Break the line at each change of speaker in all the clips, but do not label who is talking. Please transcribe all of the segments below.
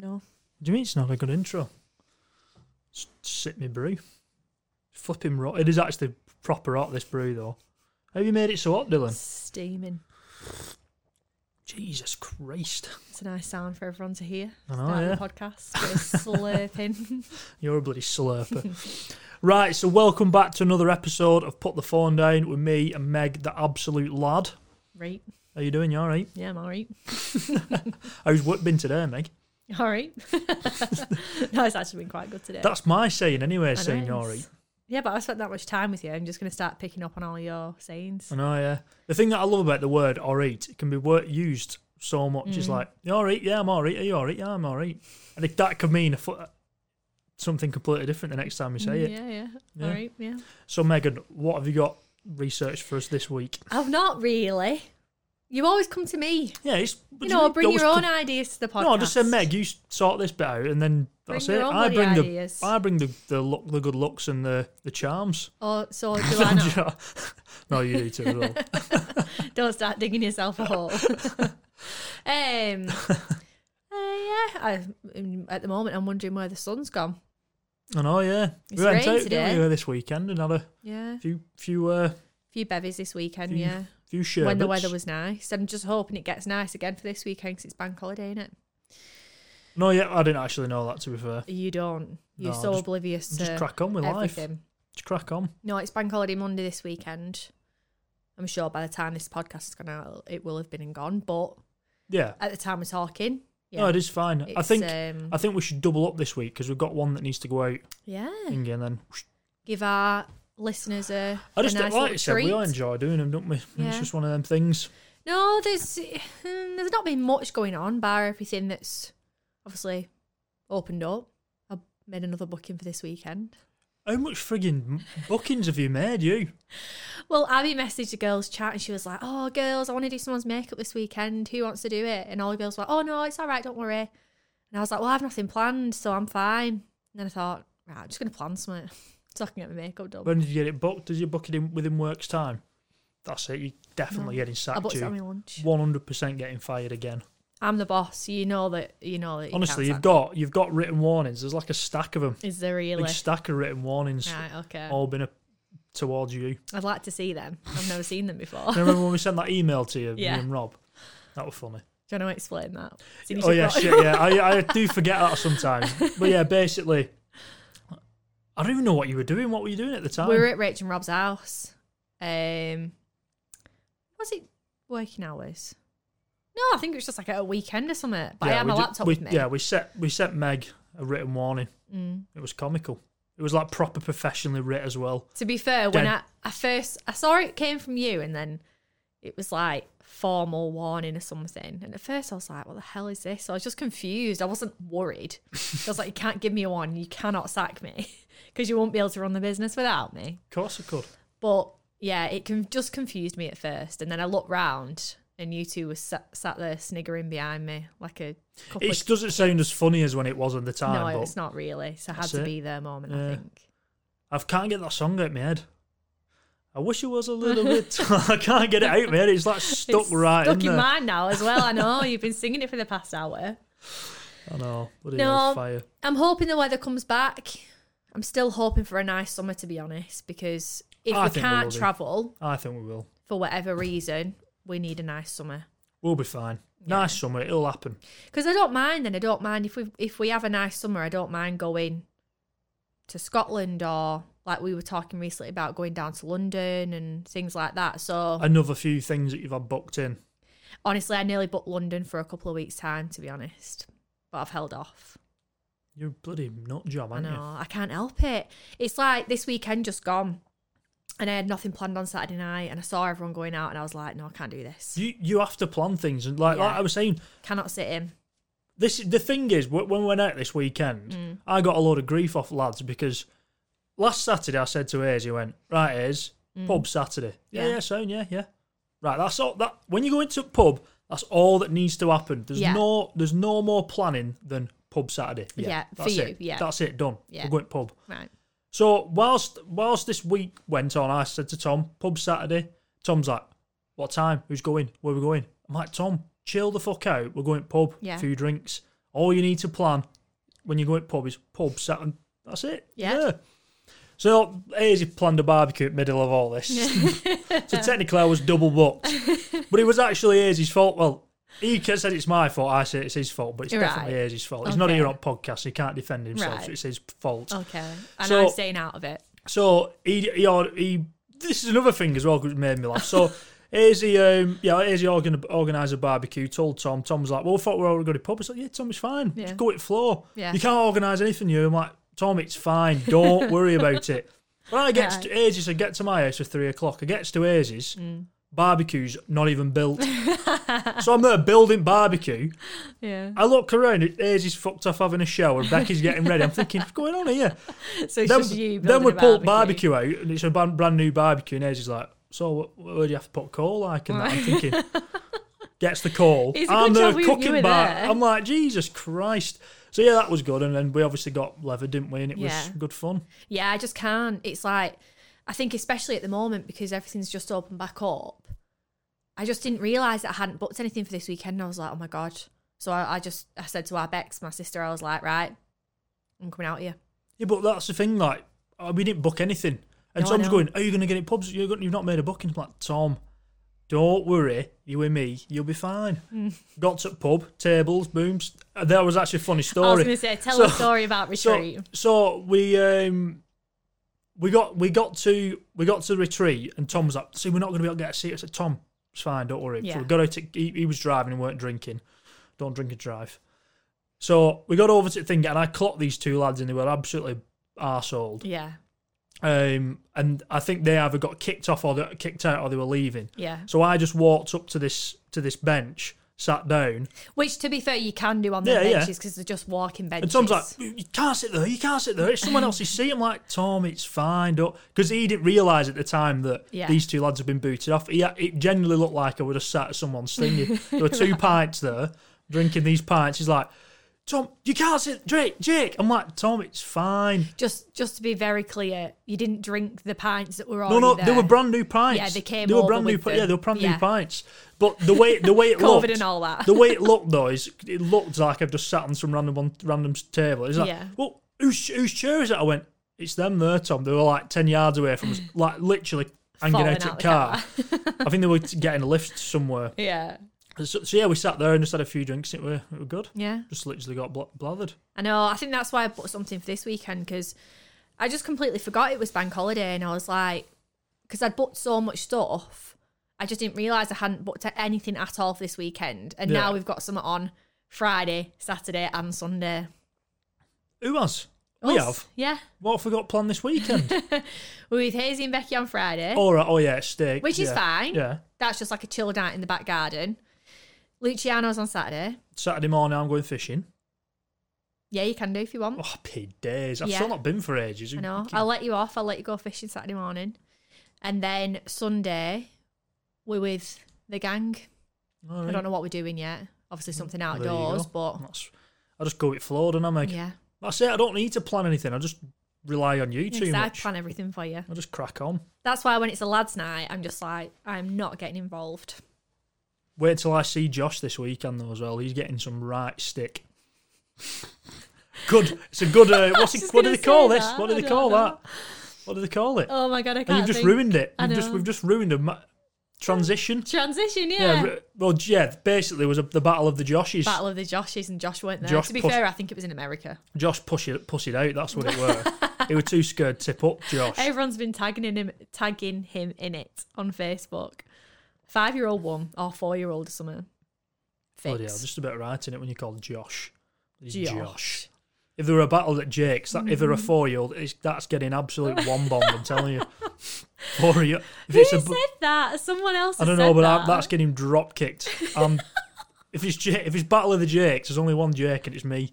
do you mean it's not a good intro? S- Sip me brew. Flipping rot. It is actually proper hot, this brew, though. How have you made it so hot, Dylan?
Steaming.
Jesus Christ.
It's a nice sound for everyone to hear.
I know,
Start
Oh, yeah.
the podcast. We're slurping.
You're a bloody slurper. right, so welcome back to another episode of Put the Phone Down with me and Meg, the absolute lad.
Right.
How you doing? You all right?
Yeah, I'm all right.
How's work been today, Meg?
All right. no, it's actually been quite good today.
That's my saying anyway,
I
saying
know,
you're all right.
it's- Yeah, but I spent that much time with you. I'm just going to start picking up on all your sayings.
I know, yeah. The thing that I love about the word all right, it can be wor- used so much.
Mm.
It's like, you all right? Yeah, I'm all right. Are you all right? Yeah, I'm all right. And it, that could mean a fu- something completely different the next time you say it.
Mm, Yeah, yeah,
Yeah.
All right, yeah.
So, Megan, what have you got researched for us this week?
I've Oh, not really. You always come to me.
Yeah, it's. what
You
do
know,
mean?
bring
Always
your own
come-
ideas to the podcast.
No, I just said, Meg, you s- sort this bit out, and then that's
Bring
it.
your own
I
bloody
bring
ideas.
the I bring the the, look, the good looks and the the charms.
Oh, so do I not?
no, you do too. though.
Don't start digging yourself a hole. um, uh, yeah, I, um, at the moment I'm wondering where the sun's gone.
I know, yeah.
It's
we went
rained
out
today.
didn't we, this weekend and had a
Yeah,
few few uh,
few bevies this weekend.
Few
yeah,
few sherbets.
when the weather was nice. I'm just hoping it gets nice again for this weekend because it's bank holiday, is it?
No, yeah, I didn't actually know that. To be fair,
You don't. You're
No,
so
just-
oblivious to
just crack on with
everything.
life. Just crack on.
No, it's bank holiday Monday this weekend. I'm sure by the time this podcast has gone out, it will have been and gone. But
Yeah.
at the time we're talking, yeah,
No, it is fine. I
It's,
think
um,
I think we should double up this week because we've got one that needs to go out,
yeah.
Inge, and then
Give our listeners a,
I just
a nice
like
little
I said,
treat.
we all enjoy doing them, don't we? It's
Yeah.
just one of them things.
No, there's hmm, there's not been much going on, bar everything that's obviously opened up. I made another booking for this weekend.
How much frigging bookings have you made, you?
Well, Abby messaged the girls' chat and she was like, Oh, girls, I want to do someone's makeup this weekend. Who wants to do it? And all the girls were like, Oh, no, it's all right. Don't worry. And I was like, Well, I have nothing planned, so I'm fine. And then I thought, Right, I'm just going to plan something so I can get my makeup done.
When did you get it booked? Did you book it in within work's time? That's it. You're definitely
No.
getting
I
sacked.
booked it on
You
my lunch.
one hundred percent getting fired again.
I'm the boss. You know that. You know that. You
Honestly, you've
can't
got you've got written warnings. There's like a stack of them.
sack- Is there really?
Big stack of written warnings,
Right, okay.
all been a, towards you.
I'd like to see them. I've never seen them before.
Do you remember when we sent that email to you,
Yeah.
me and Rob? That was funny.
Do you want to explain that? Soon as
Oh
you've
yeah,
got-
shit, yeah. I, I do forget that sometimes. But yeah, basically, I don't even know what you were doing. What were you doing at the time?
we were at Rach and Rob's house. Um, was it working hours? No, I think it was just like at a weekend or something. But I
Yeah,
had
we
my
ju-
laptop
we-
with me.
Yeah, we set we sent Meg a written warning.
Mm.
It was comical. It was like proper professionally writ as well.
To be fair, when
Dead.
I, I first I saw it came from you, and then it was like formal warning or something. And at first I was like, "What the hell is this?" So I was just confused. I wasn't worried. I was like, "You can't give me a warning. You cannot sack me because you won't be able to run the business without me."
Of course it could.
But yeah, it con- just confused me at first, and then I looked round, and you two were sat, sat there sniggering behind me like a couple.
It
Of-
doesn't sound as funny as when it was at the time.
no,
but
it's not really. So I had
That's
to
it.
be there moment. I
Yeah.
think.
I can't get that song out my head. I wish it was a little bit. I can't get it out my head. It's like stuck
It's
right
stuck
in
in
there.
mine now as well. I know you've been singing it for the past hour.
I know. Bloody
No.
hell, fire.
I'm hoping the weather comes back. I'm still hoping for a nice summer, to be honest, because if
I
we
think we will
can't
do.
travel
I think we will.
for whatever reason, we need a nice summer.
We'll be fine. Nice summer. It'll happen.
Because I don't mind. Then I don't mind if we if we have a nice summer. I don't mind going to Scotland or like we were talking recently about going down to London and things like that. So
Another few things that you've had booked in.
honestly, I nearly booked London for a couple of weeks time to be honest, but I've held off.
You're a bloody nut job,
I
aren't you?
know I can't help it. It's like this weekend just gone, and I had nothing planned on Saturday night, and I saw everyone going out, and I was like, no, I can't do this.
You you have to plan things, and like,
Yeah.
like I was saying,
Cannot sit in.
this the thing is wh- when we went out this weekend,
Hmm.
I got a load of grief off lads because last Saturday I said to Ayres, he went right, Ayres, pub Saturday, yeah,
Hmm. Yeah.
yeah, sound, yeah, yeah, right. That's all that when you go into a pub, that's all that needs to happen. There's
Yeah.
no there's no more planning than pub Saturday. Yeah,
Yeah, for
that's
you,
it.
yeah.
that's it. Done.
Yeah.
We're going pub.
Right.
So whilst whilst this week went on, I said to Tom, pub Saturday. Tom's like, what time? Who's going? Where we going? I'm like, Tom, chill the fuck out. We're going pub.
Yeah.
Few drinks. All you need to plan when you go at pub is pub sat and that's it.
Yeah.
So here's he planned a barbecue in the middle of all this. so technically I was double booked. But it was actually Hazy's fault. Well, he ca- said it's my fault, I say it's his fault, but it's
Right.
definitely Hazy's fault. He's not
Okay.
here on podcast, he can't defend himself,
Right.
so it's his fault.
Okay. And
So-
I'm staying out of it.
So he, he, or- he this is another thing as well because it made me laugh. So here's the um, yeah, here's the organ, organizer barbecue. Told Tom, Tom's like, well, I thought we were already going to pub. It's like, yeah, Tom, it's fine.
Yeah.
Just go it flow.
Yeah.
You can't organize anything new. I'm like, Tom, it's fine. Don't worry about it. When I get
Right.
to Ages, I get to my house for three o'clock. I gets to Ages,
Mm.
barbecue's not even built. so I'm there building barbecue.
Yeah.
I look around, Ages fucked off having a shower. Becky's getting ready. I'm thinking, what's going on here?
So it's
then,
just you.
then
building
we
a
pulled barbecue out, and it's a brand, brand new barbecue, and Ezra's like, "So, wh- where do you have to put coal?" Like, and that? I'm thinking, gets the coal.
It's a
I'm
good
there
job we- you were there.
I'm like, Jesus Christ! So yeah, that was good, and then we obviously got leather, didn't we? And it was
Yeah.
good fun.
Yeah, I just can't. It's like, I think especially at the moment because everything's just opened back up. I just didn't realise that I hadn't booked anything for this weekend. I was like, oh my god. So I, I just I said to our Bex, my sister, I was like, right, I'm coming out here.
Yeah, but that's the thing. Like, uh, we didn't book anything, and
No, I
Tom's
know.
going, "Are you going to get it pubs? You're going, you've not made a booking." I'm like, Tom, don't worry, you and me, you'll be fine.
Mm.
Got to pub tables, booms. That was actually a funny story.
I was going to say, tell
So-
a story about retreat.
So, so we um we got we got to we got to the retreat and Tom was like, see, we're not gonna be able to get a seat. I said, Tom, it's fine, don't worry. So
Yeah.
we got out to, he, he was driving and weren't drinking. Don't drink and drive. So we got over to the thing and I clocked these two lads and they were absolutely arsehold.
yeah,
Um and I think they either got kicked off or they got kicked out or they were leaving.
yeah.
So I just walked up to this to this bench, sat down,
Which, to be fair, you can do on the
Yeah, yeah.
benches because they're just walking
And
benches.
Tom's like, you can't sit there, you can't sit there. It's someone else's seat. I'm like, Tom, it's fine. Because he didn't realise at the time that
Yeah.
these two lads had been booted off. He, it genuinely looked like I would have sat at someone's thing. there were two pints there, drinking these pints. He's like, Tom, you can't sit, Jake, Jake. I'm like, Tom, it's fine.
just just to be very clear, you didn't drink the pints that were
No,
already
no,
there.
they were brand new pints.
Yeah, they came
They were
over
brand new.
with
pi-
them.
Yeah, they were brand
Yeah.
new pints. But the way the way it
COVID
looked
and all that.
the way it looked though is it looked like I've just sat on some random one, random table. It's like,
Yeah.
well, whose whose chair is it? I went, it's them there, Tom. They were like ten yards away from us, like literally hanging
Falling
out
out
at
the
car. I think they were getting a lift somewhere.
yeah,
So, so yeah, we sat there and just had a few drinks. It were it were good.
yeah.
Just literally got bl- blathered.
I know. I think that's why I put something for this weekend because I just completely forgot it was bank holiday, and I was like, because I'd booked so much stuff, I just didn't realize I hadn't booked anything at all for this weekend, and
Yeah.
now we've got something on Friday, Saturday, and Sunday.
Who has? We
Us,
have.
yeah.
What have we got planned this weekend?
We're with Hazy and Becky on Friday,
All right. Oh yeah, steak.
which is
yeah,
fine.
Yeah.
That's just like a chill night in the back garden. Luciano's on Saturday.
Saturday morning, I'm going fishing.
Yeah, you can do if you want.
Oh, paid days. I've
Yeah.
still not been for ages.
I know. I'll let you off. I'll let you go fishing Saturday morning. And then Sunday, we're with the gang.
All
I
right.
don't know what we're doing yet. Obviously, something
Well, there you
outdoors,
go.
but
That's, I just go with flow, don't I, Meg?
yeah.
That's it. I don't need to plan anything. I just rely on you too
Because I
much.
plan everything for you.
I just crack on.
That's why when it's a lads' night, I'm just like, I'm not getting involved.
Wait till I see Josh this weekend though as well. He's getting some right stick. good. It's a good. Uh, what's
was
it,
just
what do
gonna
they call
say
this?
that.
What do
I
they
don't
call
know.
that? What do they call it?
Oh my god, I can't.
and you've just
think.
ruined it.
I
You've just,
know.
we've just ruined a ma- transition.
transition. Yeah.
Yeah. re- well, yeah. Basically, it was a, the battle of the Joshes.
Battle of the Joshes and Josh weren't there.
Josh
to be
pus-
fair, I think it was in America.
Josh push it, pussied out. That's what it were. he were too scared to tip up Josh.
Everyone's been tagging in him, tagging him in it on Facebook. Five year old one or four year old or something.
Bloody
Fix.
hell, Oh, just about right in it when you call Josh. It's
Josh. Mm-hmm.
If there were a battle at Jake's, that, if they're a four year old, that's getting absolute one bomb, I'm telling you. Four year if it's
Who
a,
said
bu-
that? Someone else.
I
has
don't know,
said
but
that.
I, that's getting drop kicked. Um, if it's Jake, if it's battle of the Jakes, there's only one Jake and it's me.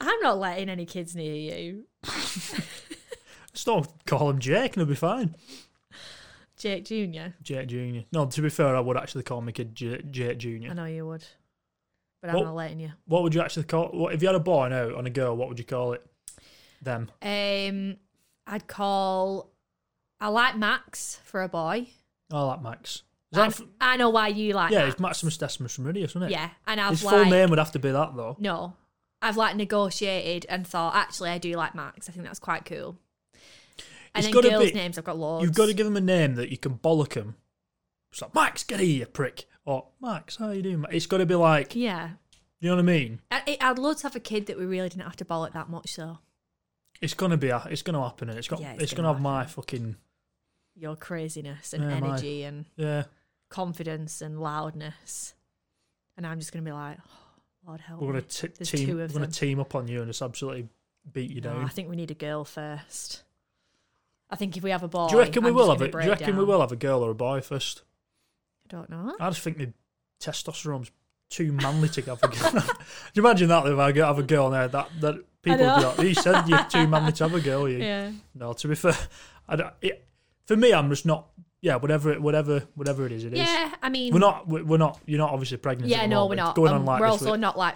I'm not letting any kids near you,
Let's not call him Jake and it'll be fine.
Jake Junior.
Jake Junior. No, to be fair, I would actually call my kid J- Jake
I
Junior.
know you would, but
Well-
I'm not letting you.
What would you actually call? What, if you had a boy now and a girl, what would you call it? Them.
Um, I'd call. I like Max for a boy.
I like Max. Is
I,
that, f-
I know why you like.
yeah,
Max.
it's Maximus Decimus Meridius, isn't it?
Yeah, and I've
His
like
full name would have to be that though.
no. I've like negotiated and thought, actually, I do like Max. I think that's quite cool. And
It's
then
gotta
girls'
be-
names, I've got loads.
You've got to give them a name that you can bollock them. It's like Max, get here, you prick, or Max, how you doing? Ma-" It's got to be like, you
yeah.
know what I mean?
I, I'd love to have a kid that we really didn't have to bollock that much, though.
It's gonna be, a- it's gonna happen, and it's got,
Yeah,
it's,
it's
gonna,
gonna
have my fucking,
Your craziness and
Yeah, my-
energy and
yeah.
confidence and loudness. And I'm just going to be like, oh, Lord help
We're gonna
me.
t-
There's
team,
two
we're
of
gonna
them. Oh,
team up on you and just absolutely beat you
No,
down.
I think we need a girl first. I think if we have a boy,
Do you reckon we
I'm
will
just gonna
have it? Do
break
you reckon we
down.
will have a girl or a boy first?
I don't know.
I just think the testosterone's too manly to have a girl. Do you imagine that if I go- have a girl now that that people would be
know.
like, "You said you're too manly to have a girl." You
Yeah.
no. To be fair, I don't, it, for me, I'm just not. Yeah, whatever, it- whatever, whatever it is, it is.
Yeah, I mean,
We're not. we- We're not. You're not obviously pregnant. at
yeah,
the
no,
moment.
we're
It's
not.
going
Um,
on like
we're
this.
also
week.
not like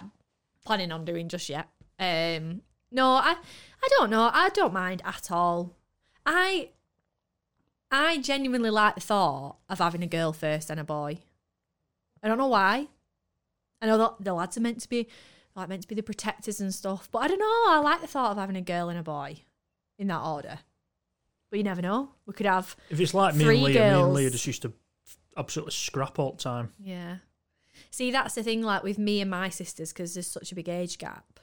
planning on doing just yet. Um, no, I, I don't know. I don't mind at all. I, I genuinely like the thought of having a girl first and a boy. I don't know why. I know that the lads are meant to be like meant to be the protectors and stuff, but I don't know. I like the thought of having a girl and a boy in that order. But you never know. We could have
If it's like me and
three
Leah, me and
girls.
Leah just used to absolutely scrap all the time.
Yeah. See, that's the thing, like with me and my sisters, because there's such a big age gap.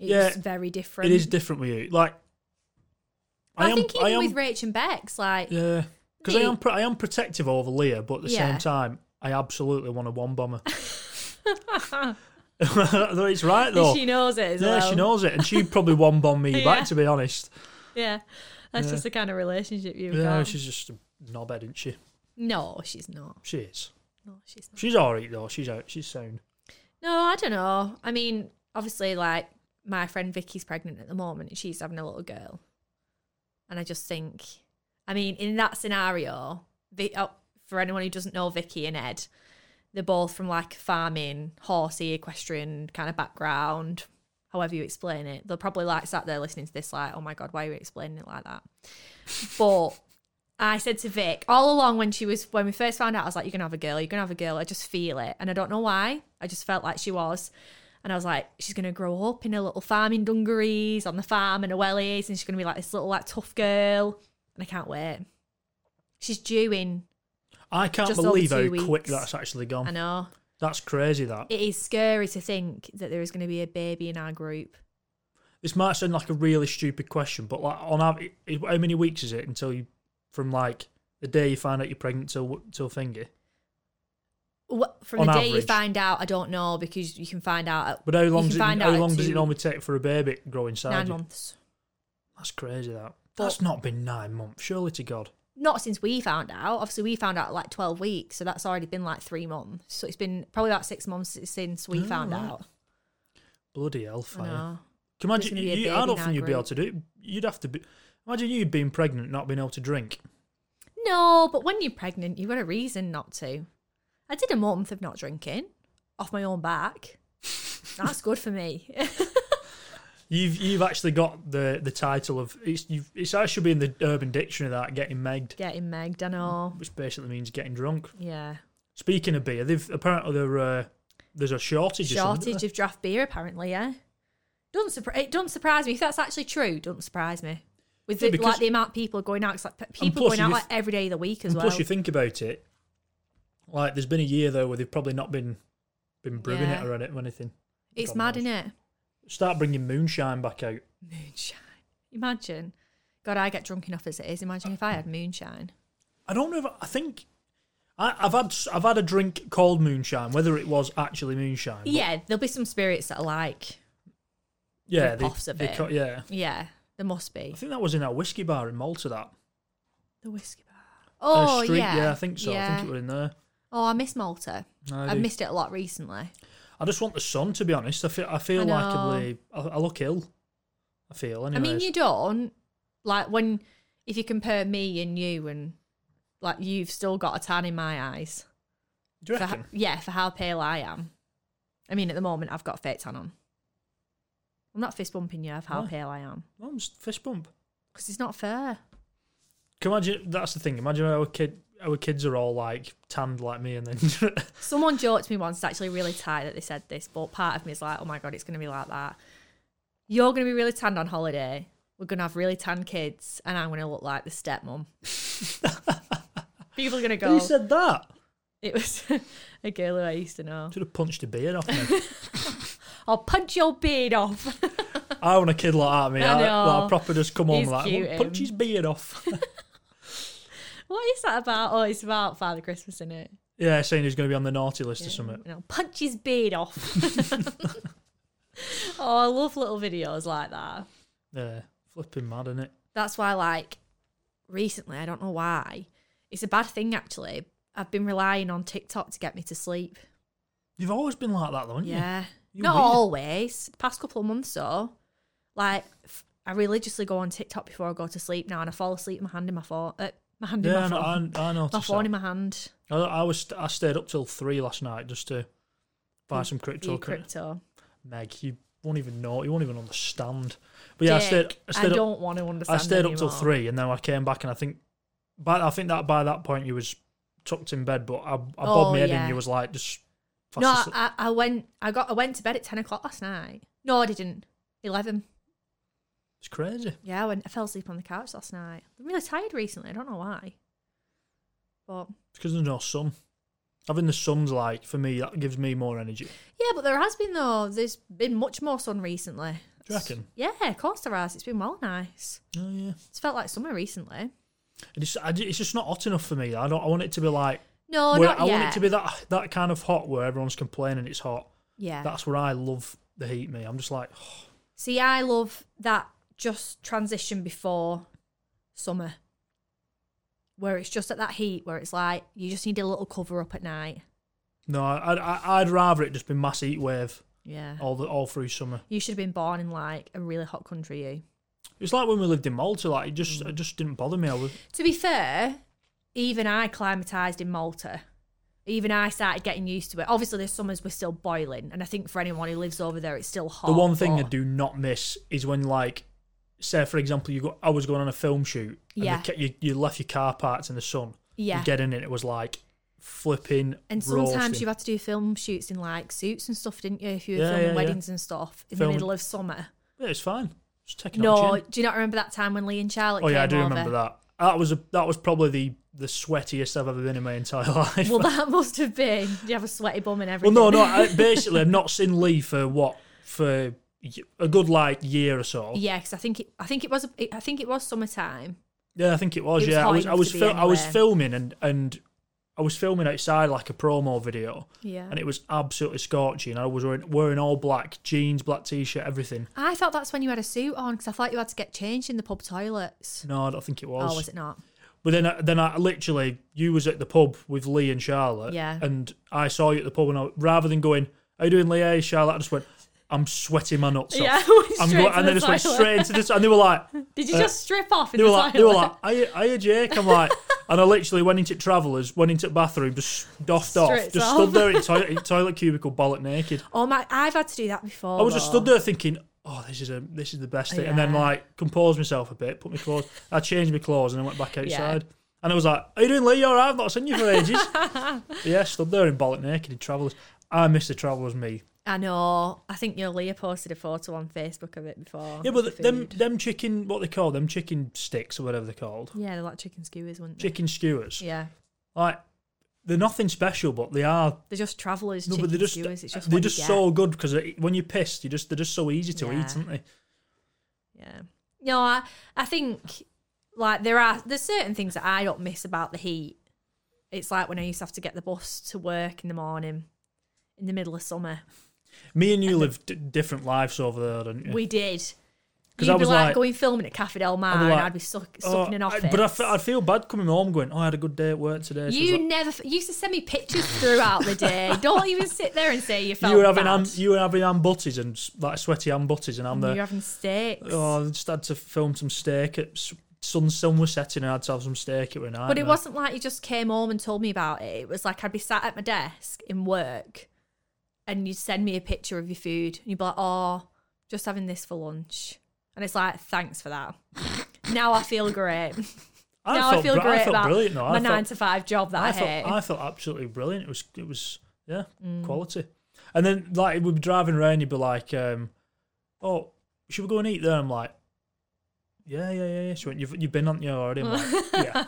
It's
Yeah,
very different.
It is different with you. Like,
But I, think even with Rach and Bex, like,
Yeah, because I
Me-
am pr- I am protective over Leah, but at the
Yeah.
same time, I absolutely want a one bomber. it's right though.
she knows it as
yeah,
well.
she knows it, and she'd probably one bomb me
Yeah.
back. To be honest,
Yeah. That's
Yeah.
just the kind of relationship you've
yeah,
got.
she's just a knobhead, isn't she?
No, she's not.
She is.
No, she's not.
She's all right though. She's out. She's sound.
No, I don't know. I mean, obviously, like, my friend Vicky's pregnant at the moment and she's having a little girl. And I just think, I mean, in that scenario, Vi- oh, for anyone who doesn't know Vicky and Ed, they're both from like farming, horsey, equestrian kind of background, however you explain it. They'll probably like sat there listening to this, like, oh my God, why are you explaining it like that? But I said to Vic all along when she was, when we first found out, I was like, you're going to have a girl, you're going to have a girl. I just feel it. And I don't know why. I just felt like she was. And I was like, she's going to grow up in her little farming dungarees on the farm and her wellies, and she's going to be like this little, like, tough girl. And I can't wait. She's due in,
I can't
Just over
believe how
two
quick
weeks.
that's actually
I
gone.
know.
That's crazy. That
It is scary to think that there is going to be a baby in our group.
this might sound like a really stupid question, but like on av- i- i- how many weeks is it until you from like the day you find out you're pregnant till till thingy?
What, from
On
the day you
average.
find out, I don't know because you can find out at
But how long
can
does it,
find
how
out
long does it
to-
normally take for a baby to grow inside
nine
you?
months.
That's crazy. That
But-
that's not been nine months. Surely to God.
Not since we found out. Obviously, we found out at like 12 weeks, so that's already been like three months. So it's been probably about six months since we
Oh,
found
right.
out.
Bloody
I
hellfire!
know.
Can you imagine?
There's gonna be a
You, I
baby
don't
now,
think you'd be
great.
able to do. it. You'd have to be. Imagine you being pregnant, not being able to drink.
No, but when you're pregnant, you've got a reason not to. I did a month of not drinking off my own back. That's good for me.
You've you've actually got the the title of it's you've, it's that should be in the Urban Dictionary that getting megged,
Getting megged, I know.
which basically means getting drunk.
Yeah.
Speaking of beer, they've apparently there uh, there's a shortage. or something,
Shortage of draft beer, apparently, yeah. Don't surpri- it doesn't surprise me. If that's actually true, don't surprise me. With
Yeah,
the,
because-
like the amount of people going out, 'cause, like, p- people
plus
going out
you-
like every day of the week as
and
well.
plus, you think about it, like there's been a year though where they've probably not been been brewing
Yeah.
it or any- or anything.
it's
God
mad,
knows.
isn't it?
Start bringing moonshine back out.
Moonshine. Imagine. God, I get drunk enough as it is. Imagine if I had moonshine.
I don't know. If, I think I, I've had s- I've had a drink called moonshine, whether it was actually moonshine. but
Yeah, there'll be some spirits that are like,
yeah, they,
ripoffs of
they
it.
co- yeah.
yeah, there must be.
I think that was in a whiskey bar in Malta. That
The whiskey bar.
Uh,
Oh
street,
yeah,
I think so. I think it was in there.
Oh, I miss Malta.
I,
I've
do.
missed it a lot recently.
I just want the sun to be honest. I feel I feel
I
like
know.
I'm really- I, I look ill. I feel. Anyways.
I mean, you don't like when if you compare me and you, and like you've still got a tan in my eyes.
do you
For,
reckon?
ho- yeah, for how pale I am. I mean, at the moment, I've got a fake tan on. I'm not fist bumping you of how
Why?
pale I am
Oh, I'm just fist bump.
because it's not fair.
Can you imagine that's the thing. Imagine how a kid, our kids are all like tanned like me, and then
Someone joked me once, it's actually really tight that they said this, but part of me is like, oh my God, it's going to be like that. You're going to be really tanned on holiday. We're going to have really tanned kids, and I'm going to look like the stepmom. People are going to go.
who said that?
it was a girl who I used to know.
Should have punched a beard off me.
I'll punch your beard off.
I want a kid like that. Me,
I
I,
know.
like, I proper just come home
He's
like
cute,
"Well, punch
him."
his beard off.
what is that about? Oh, it's about Father Christmas, isn't it?
yeah, saying he's going to be on the naughty list or something.
And I'll punch his beard off. oh, I love little videos like that.
Yeah, flipping mad, isn't it?
That's why, like, recently, I don't know why. It's a bad thing, actually. I've been relying on TikTok to get me to sleep.
You've always been like that, though, haven't you?
Yeah.
You're
Not
weird.
always. The past couple of months, though, like, f- I religiously go on TikTok before I go to sleep now and I fall asleep with my hand in my phone. Uh, my hand in
Yeah,
my
no,
phone.
I, I
my
noticed.
phone
That.
in my hand.
I, I was I stayed up till three last night just to
Mm.
buy some crypto.
View crypto.
Meg, you won't even know. You won't even understand. But yeah, I stayed.
Dick,
I stayed up.
don't want to
I
understand.
stayed up till
anymore.
three, and then I came back, and I think, by I think that by that point you was tucked in bed, but I, I
Oh,
bobbed my head
yeah.
and you was like just. Fast
No,
asleep.
I, I went. I got. I went to bed at ten o'clock last night. No, I didn't. Eleven.
it's crazy.
Yeah, I went. I fell asleep on the couch last night. I'm really tired recently. I don't know why. But
It's because there's no sun. Having the sun's like for me that gives me more energy.
yeah, but there has been though. There's been much more sun recently.
Do you reckon?
Yeah, of course there has. It's been well nice.
Oh yeah.
It's felt like summer recently.
It's, I, ju- it's just not hot enough for me. I don't. I want it to be like.
No,
where,
Oh, not
I
yet.
want it to be that that kind of hot where everyone's complaining it's hot.
yeah.
That's where I love the heat. Me, I'm just like.
See, I love that just transition before summer, where it's just at that heat, where it's like you just need a little cover up at night.
No, I'd, I- I'd rather it just be mass heat wave
Yeah.
all the, all through summer.
You should have been born in like a really hot country, you.
It's like when we lived in Malta. Like it
Mm.
just it just didn't bother me. I was
To be fair, even I climatised in Malta. Even I started getting used to it. Obviously, the summers were still boiling, and I think for anyone who lives over there, it's still hot.
the one thing I
but-
do not miss is when like. Say for example, you go. I was going on a film shoot, and
Yeah.
you, you, you left your car parked in the sun.
Yeah.
you get in, and it was like flipping.
And sometimes
roasting.
you had to do film shoots in like suits and stuff, didn't you? If you were
Yeah,
filming
yeah, yeah.
weddings and stuff in the
Filming-
middle of summer.
Yeah, it's fine. Just taking no,
No, do you not remember that time when Lee and Charlotte
Oh
came
yeah, I do
over?
remember that. That was a that was probably the the sweatiest I've ever been in my entire life.
Well,
Well,
that must have been. Do you have a sweaty bum and everything?
no, no. I, basically, I've not seen Lee for what for y- a good like year or so.
Yeah, because I think it, I think it was I think it was summertime.
Yeah, I think it was.
It was
yeah,
hot
I was I
enough
was
to be
fil- I was
anywhere.
filming and and I was filming outside like a promo video,
Yeah,
and it was absolutely scorching. I was wearing, wearing all black jeans, black t-shirt, everything.
I thought that's when you had a suit on because I thought you had to get changed in the pub toilets.
No, I don't think it was.
Oh, was it not?
But then, I- then I literally, you was at the pub with Lee and Charlotte,
Yeah.
and I saw you at the pub, and I, rather than going, "How you doing, Lee?" Hey, Charlotte, I just went, "I'm sweating my nuts off."
Yeah, I went
I'm
straight
going,
to
and
the
then just went
toilet.
straight into this, and they were like,
Did you just strip off in
they
the
were
toilet?
like, they were like, "Are you, are you Jake?" I'm like, and I literally went into Travellers, went into the bathroom, just doffed off,
Stripped
just
off.
stood there in toilet, in toilet cubicle, bollock naked.
oh my! I've had to do that before.
I was just
though.
stood there thinking, "Oh, this is a this is the best thing," and then
Oh, Yeah.
like composed myself a bit, put my clothes, I changed my clothes, and I went back outside. And I was like, "Are you doing, Lee? You all right? I've not seen you for ages." But yeah, stood there in bollock naked in travellers. I miss the travellers, me.
I know. I think your Leah posted a photo on Facebook of it before.
Yeah,
with
but
the
them
food.
them chicken, what they call them chicken sticks or whatever they're called,
Yeah, they're like chicken skewers, weren't they?
chicken skewers.
Yeah,
Like they're nothing special, but they are.
they're just travellers.
No,
chicken
but they're just
skewers. It's just
they're
what you
just
get.
so good because when you're pissed, you just they're just so easy to
Yeah.
eat, aren't they?
Yeah. No, I, I think like there are there's certain things that I don't miss about the heat. It's like when I used to have to get the bus to work in the morning in the middle of summer.
Me and you lived d- different lives over there, didn't you?
We did.
'Cause
You'd
I
be
was
like,
like-
going filming at Cafe Del Mar
I'd be
and
like,
I'd be suck,
Oh,
sucking an
I-
office.
But I, fe- I feel bad coming home going, oh, I had a good day at work today. So
you
it's
never f- you used to send me pictures throughout the day. Don't even sit there and say you
like,
felt
you were having
bad.
ham, you were having ham butties and s- like sweaty ham butties, and I'm
You're
there.
having steaks.
Oh, I just had to film some steak. At, s- sun sun was setting, and I had to have some steak. It was nice.
But it wasn't like you just came home and told me about it. It was like I'd be sat at my desk in work and you'd send me a picture of your food and you'd be like, oh, just having this for lunch. And it's like, thanks for that. now I feel great.
I
now I
felt
feel
br- I
great
felt
about
brilliant, though.
my
I felt-
nine to five job that I,
I
hate.
felt, I felt absolutely brilliant. It was it was yeah
Mm.
quality. And then like we'd be driving around, you'd be like, um, "Oh, should we go and eat there?" I'm like, "Yeah, yeah, yeah." yeah. She went, "You've you've been on you already." I'm like, "Yeah."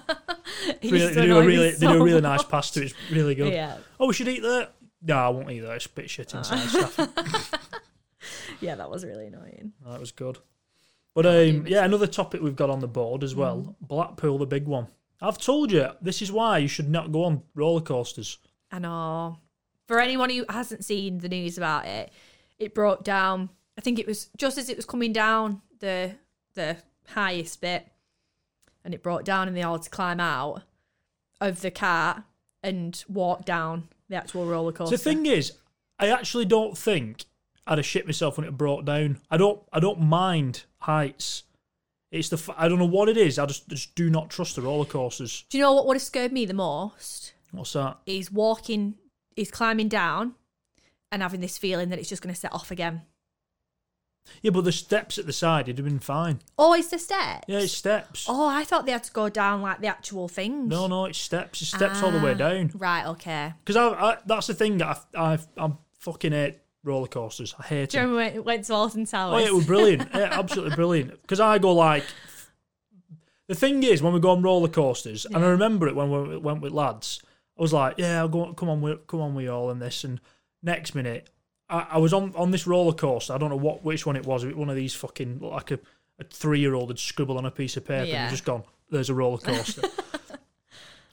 It
Really,
used to
they do
annoy
a
me
really they do
so
a really nice
much.
pasta. It's really good.
Yeah,
Oh, we should eat there. No, I won't eat there. It's a bit shit inside. Stafford.
yeah, that was really annoying.
that was good. But
you
um,
miss
yeah, another topic we've got on the board as well. Blackpool, the big one. I've told you this is why you should not go on roller coasters.
I know. For anyone who hasn't seen the news about it, it broke down. I think it was just as it was coming down the the highest bit, and it broke down, and they all had to climb out of the cart and walk down the actual roller coaster.
The thing is, I actually don't think I'd have shit myself when it brought down. I don't. I don't mind heights. It's the. f- I don't know what it is. I just just do not trust the roller coasters.
Do you know what would have scared me the most?
What's that?
Is walking, is climbing down, and having this feeling that it's just going to set off again.
Yeah, but the steps at the side, it'd have been fine.
Oh, it's the steps.
Yeah, it's steps.
Oh, I thought they had to go down like the actual things.
No, no, it's steps. It's steps all the way
Ah,
down.
Right. Okay.
Because I, I, that's the thing. I, I, I fucking hate roller coasters. I hate
Do you
them.
remember when it went to Alton Towers?
Oh, yeah, it was brilliant. Yeah, absolutely brilliant. Because I go like. The thing is, when we go on roller coasters, and I remember it when we went with lads, I was like, "Yeah, I'll go. Come on, we, come on, we all in this." And next minute, I, I was on on this roller coaster. I don't know what which one it was. It was one of these fucking looked like a, a three year old had scribbled on a piece of paper
Yeah.
and just gone. There's a roller coaster.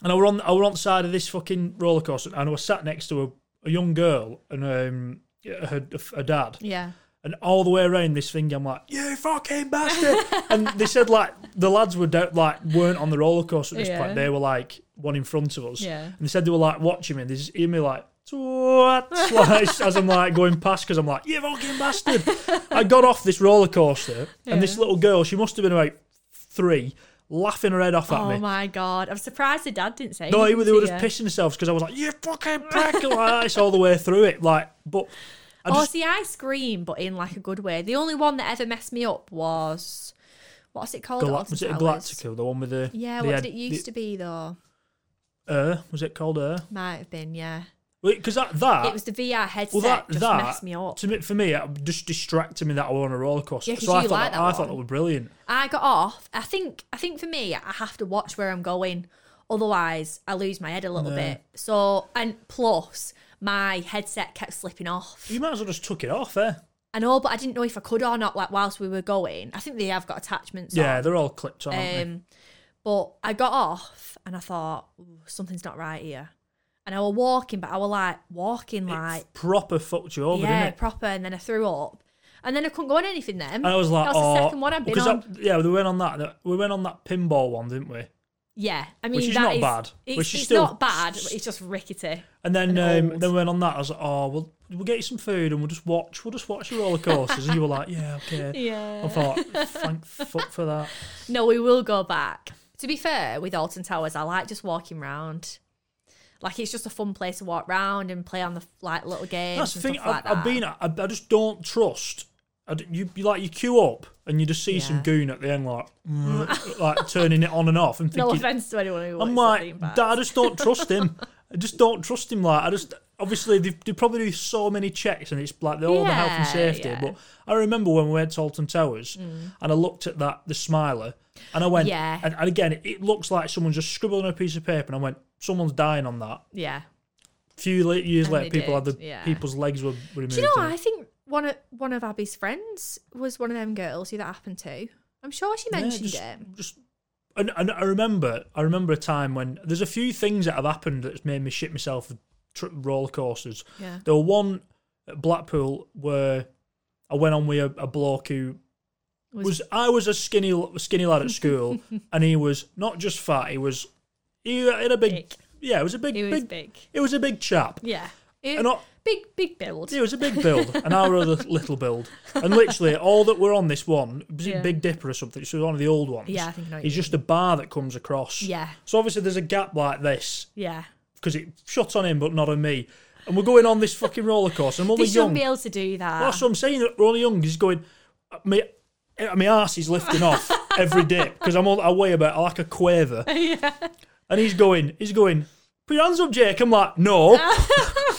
and I were on I were on the side of this fucking roller coaster, and I was sat next to a, a young girl and um her, her dad,
Yeah.
and all the way around this thing, I'm like, you fucking bastard! and they said like the lads were down, like weren't on the roller coaster at this
Yeah.
point. They were like one in front of us,
Yeah.
and they said they were like watching me. They just hear me like. What? as I'm like going past because I'm like, you fucking bastard. I got off this roller coaster and this little girl, she must have been about three, laughing her head off at
Oh
me.
my god! I'm surprised the dad didn't say.
No, they
anything
were, they
to
were just
you.
pissing themselves because I was like, you fucking prick. like, it's all the way through it. Like, but I
oh,
just,
see, I scream, but in like a good way. The only one that ever messed me up was what's it called? at
Galact-
Alton
was it a
Towers?
Galactica, the one with the.
Yeah.
the
What
head-
did it
the-
used to be though?
Air E, was it called Air?
Might have been. Yeah.
Because that that
it was the VR headset.
Ah, well that
just
that
messed me up.
to me for me it just distracted me that I were on a roller coaster.
Yeah, 'cause
so I
you
thought
like
that,
that
I thought
one.
that were brilliant.
I got off. I think I think for me, I have to watch where I'm going, otherwise I lose my head a little bit. So and plus my headset kept slipping off.
You might as well just took it off, eh?
I know, but I didn't know if I could or not. Like whilst we were going, I think they have got attachments.
Yeah,
on.
they're all clipped on. aren't
Oh. Um, but I got off and I thought "Ooh, something's not right here, and I were walking, but I were like walking
they?
like
It proper fucked you over,
yeah
didn't it?
proper, and then I threw up, and then I couldn't go on anything. Then
And I was like,
that was
oh,
the second one I've been
'cause
on.
that- yeah, we went on that. that- We went on that pinball one, didn't we?
Yeah, I mean
Which is
that
not bad.
It's,
Which is
it's
still-
not bad. but It's just rickety.
And then
And
um,
old.
then we went on that. I was like, oh, we'll we'll get you some food and we'll just watch. We'll just watch the roller coasters. and you were like, yeah, okay.
Yeah.
I thought, thank fuck for that.
No, we will go back. To be fair, with Alton Towers, I like just walking round. Like it's just a fun place to walk round and play on the like little games.
That's the
and
thing.
Stuff like
I, I've
that.
been. at- I, I just don't trust. I d you, you like you queue up and you just see some
Yeah.
goon at the end like mm, like turning it on and off and
No
thinking
offense to anyone who
I'm
works at
like
theme parks.
"Dad, I just don't trust him. I just don't trust him. Like I just obviously they, they probably do so many checks and it's like they're all the health and
Yeah,
safety.
yeah. Mm.
But I remember when we went to Alton Towers and I looked at that the smiler and I went
Yeah.
and, and again it, it looks like someone's just scribbling on a piece of paper and I went someone's dying on that.
Yeah.
few la- years
And
later,
they
people
did,
had the
yeah.
people's legs were removed.
Do you know?
and-
I think one of one of Abby's friends was one of them girls who that happened to. I'm sure she
Yeah,
mentioned
just-
it.
Just, and, and I remember, I remember a time when there's a few things that have happened that's made me shit myself with tr- roller coasters.
Yeah.
There were one at Blackpool where I went on with a, a bloke who
Was-
was, I was a skinny l- skinny lad at school, and he was not just fat. He was he had a big
Big.
yeah, it was a big
It was
big,
big.
it was a big chap.
Yeah.
And I,
big big build.
Yeah, it was a big build, an hour of the little build, and literally all that were on this one was
Yeah.
it Big Dipper or something. So one of the old ones.
Yeah, I think I know what
It's
you
just a bar that comes across.
Yeah.
So obviously there's a gap like this
Yeah.
because it shuts on him but not on me, and we're going on this fucking roller coaster. And when
They
we're
shouldn't
young,
be able to do that.
that's what I'm saying. We're only young. He's going, my, eh, my arse is lifting off. every dip because I'm all I weigh about like a quaver.
yeah.
And he's going, he's going, put your hands up, Jake. I'm like, no.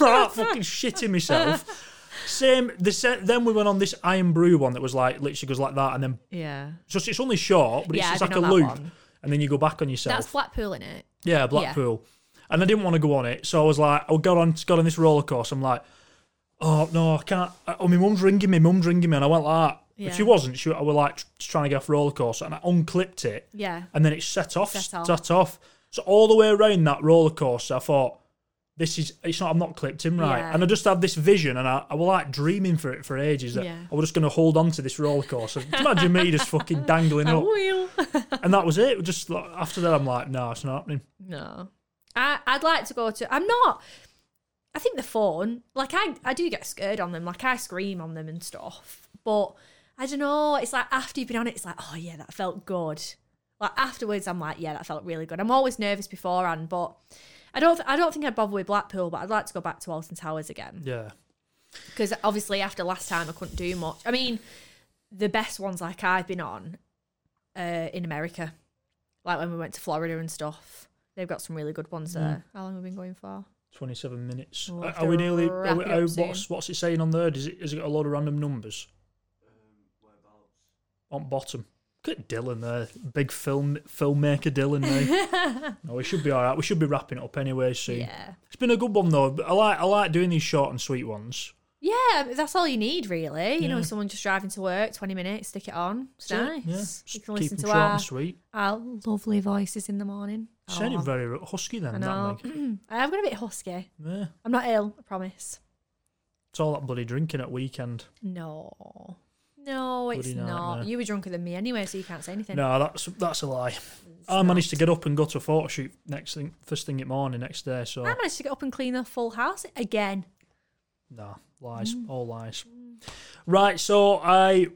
I'm fucking shitting myself. Same. The se- then we went on this Iron Brew one that was like literally goes like that, and then
Yeah.
so it's only short, but it's,
Yeah,
it's
I've
like
been
a
on that
loop,
one.
and then you go back on yourself.
That's Blackpool in it.
Yeah, Blackpool. And I didn't want to go on it, so I was like, I got on, got on this roller coaster. I'm like, oh no, I can't. Oh, my mum's ringing me, mum's ringing me, and I went like that.
Yeah.
But she wasn't. She, I was like tr- trying to get off roller coaster, and I unclipped it,
Yeah.
and then it set off,
Set off.
set off. So all the way around that roller coaster, I thought, this is. It's not. I'm not clipped him right,
Yeah.
and I just had this vision, and I, I was like dreaming for it for ages that
Yeah.
I was just going to hold on to this roller coaster. Can you Imagine me just fucking dangling
A
up,
wheel.
and that was it. Just like, after that, I'm like, no, it's not happening.
No. I, I'd like to go to. I'm not. I think the phone, like I, I do get scared on them. Like I scream on them and stuff. But I don't know. It's like after you've been on it, it's like, oh yeah, that felt good. Like afterwards, I'm like, yeah, that felt really good. I'm always nervous beforehand, but I don't, th- I don't think I'd bother with Blackpool. But I'd like to go back to Alton Towers again
Yeah.
because obviously after last time, I couldn't do much. I mean, the best ones like I've been on uh, in America, like when we went to Florida and stuff. They've got some really good ones
Mm.
there. How long have we been going for?
27 minutes.
We'll
are,
have
are
to
we nearly? Are
wrap
we,
it
are,
up soon.
what's, what's it saying on there? Does it, has it got a lot of random numbers? On bottom. Look at Dylan there. Big film filmmaker Dylan there. no, we should be all right. We should be wrapping it up anyway soon.
Yeah.
It's been a good one, though. But I like, I like doing these short and sweet ones.
Yeah, that's all you need, really. You know,
Yeah.
someone just driving to work, 20 minutes, stick it on. It's nice.
Yeah.
You
Just
can
keep
listen
them
to
short
our,
and sweet.
our lovely voices in the morning.
You sounded
Aw.
very husky then,
I
that
know.
Meg.
I have got a bit husky.
Yeah.
I'm not ill, I promise.
It's all that bloody drinking at weekend.
No. No, it's
Bloody
not.
nightmare.
You were drunker than me anyway, so you can't say anything.
No, that's that's a lie. I managed to get up and go to a photo shoot next thing, first thing in the morning next day. So
I managed to get up and clean the full house again.
No, lies,
Mm.
all lies. Right, so I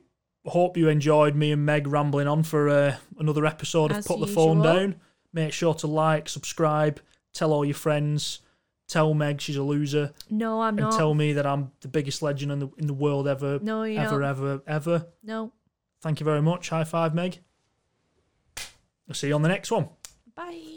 hope you enjoyed me and Meg rambling on for uh, another episode
As
of Put the Phone
usual.
Down. Make sure to like, subscribe, tell all your friends, tell Meg she's a loser,
No, I'm
and
not.
tell me that I'm the biggest legend in the in the world ever,
No, you're
ever,
not.
ever, ever.
no.
Thank you very much. High five, Meg. I'll see you on the next one.
Bye.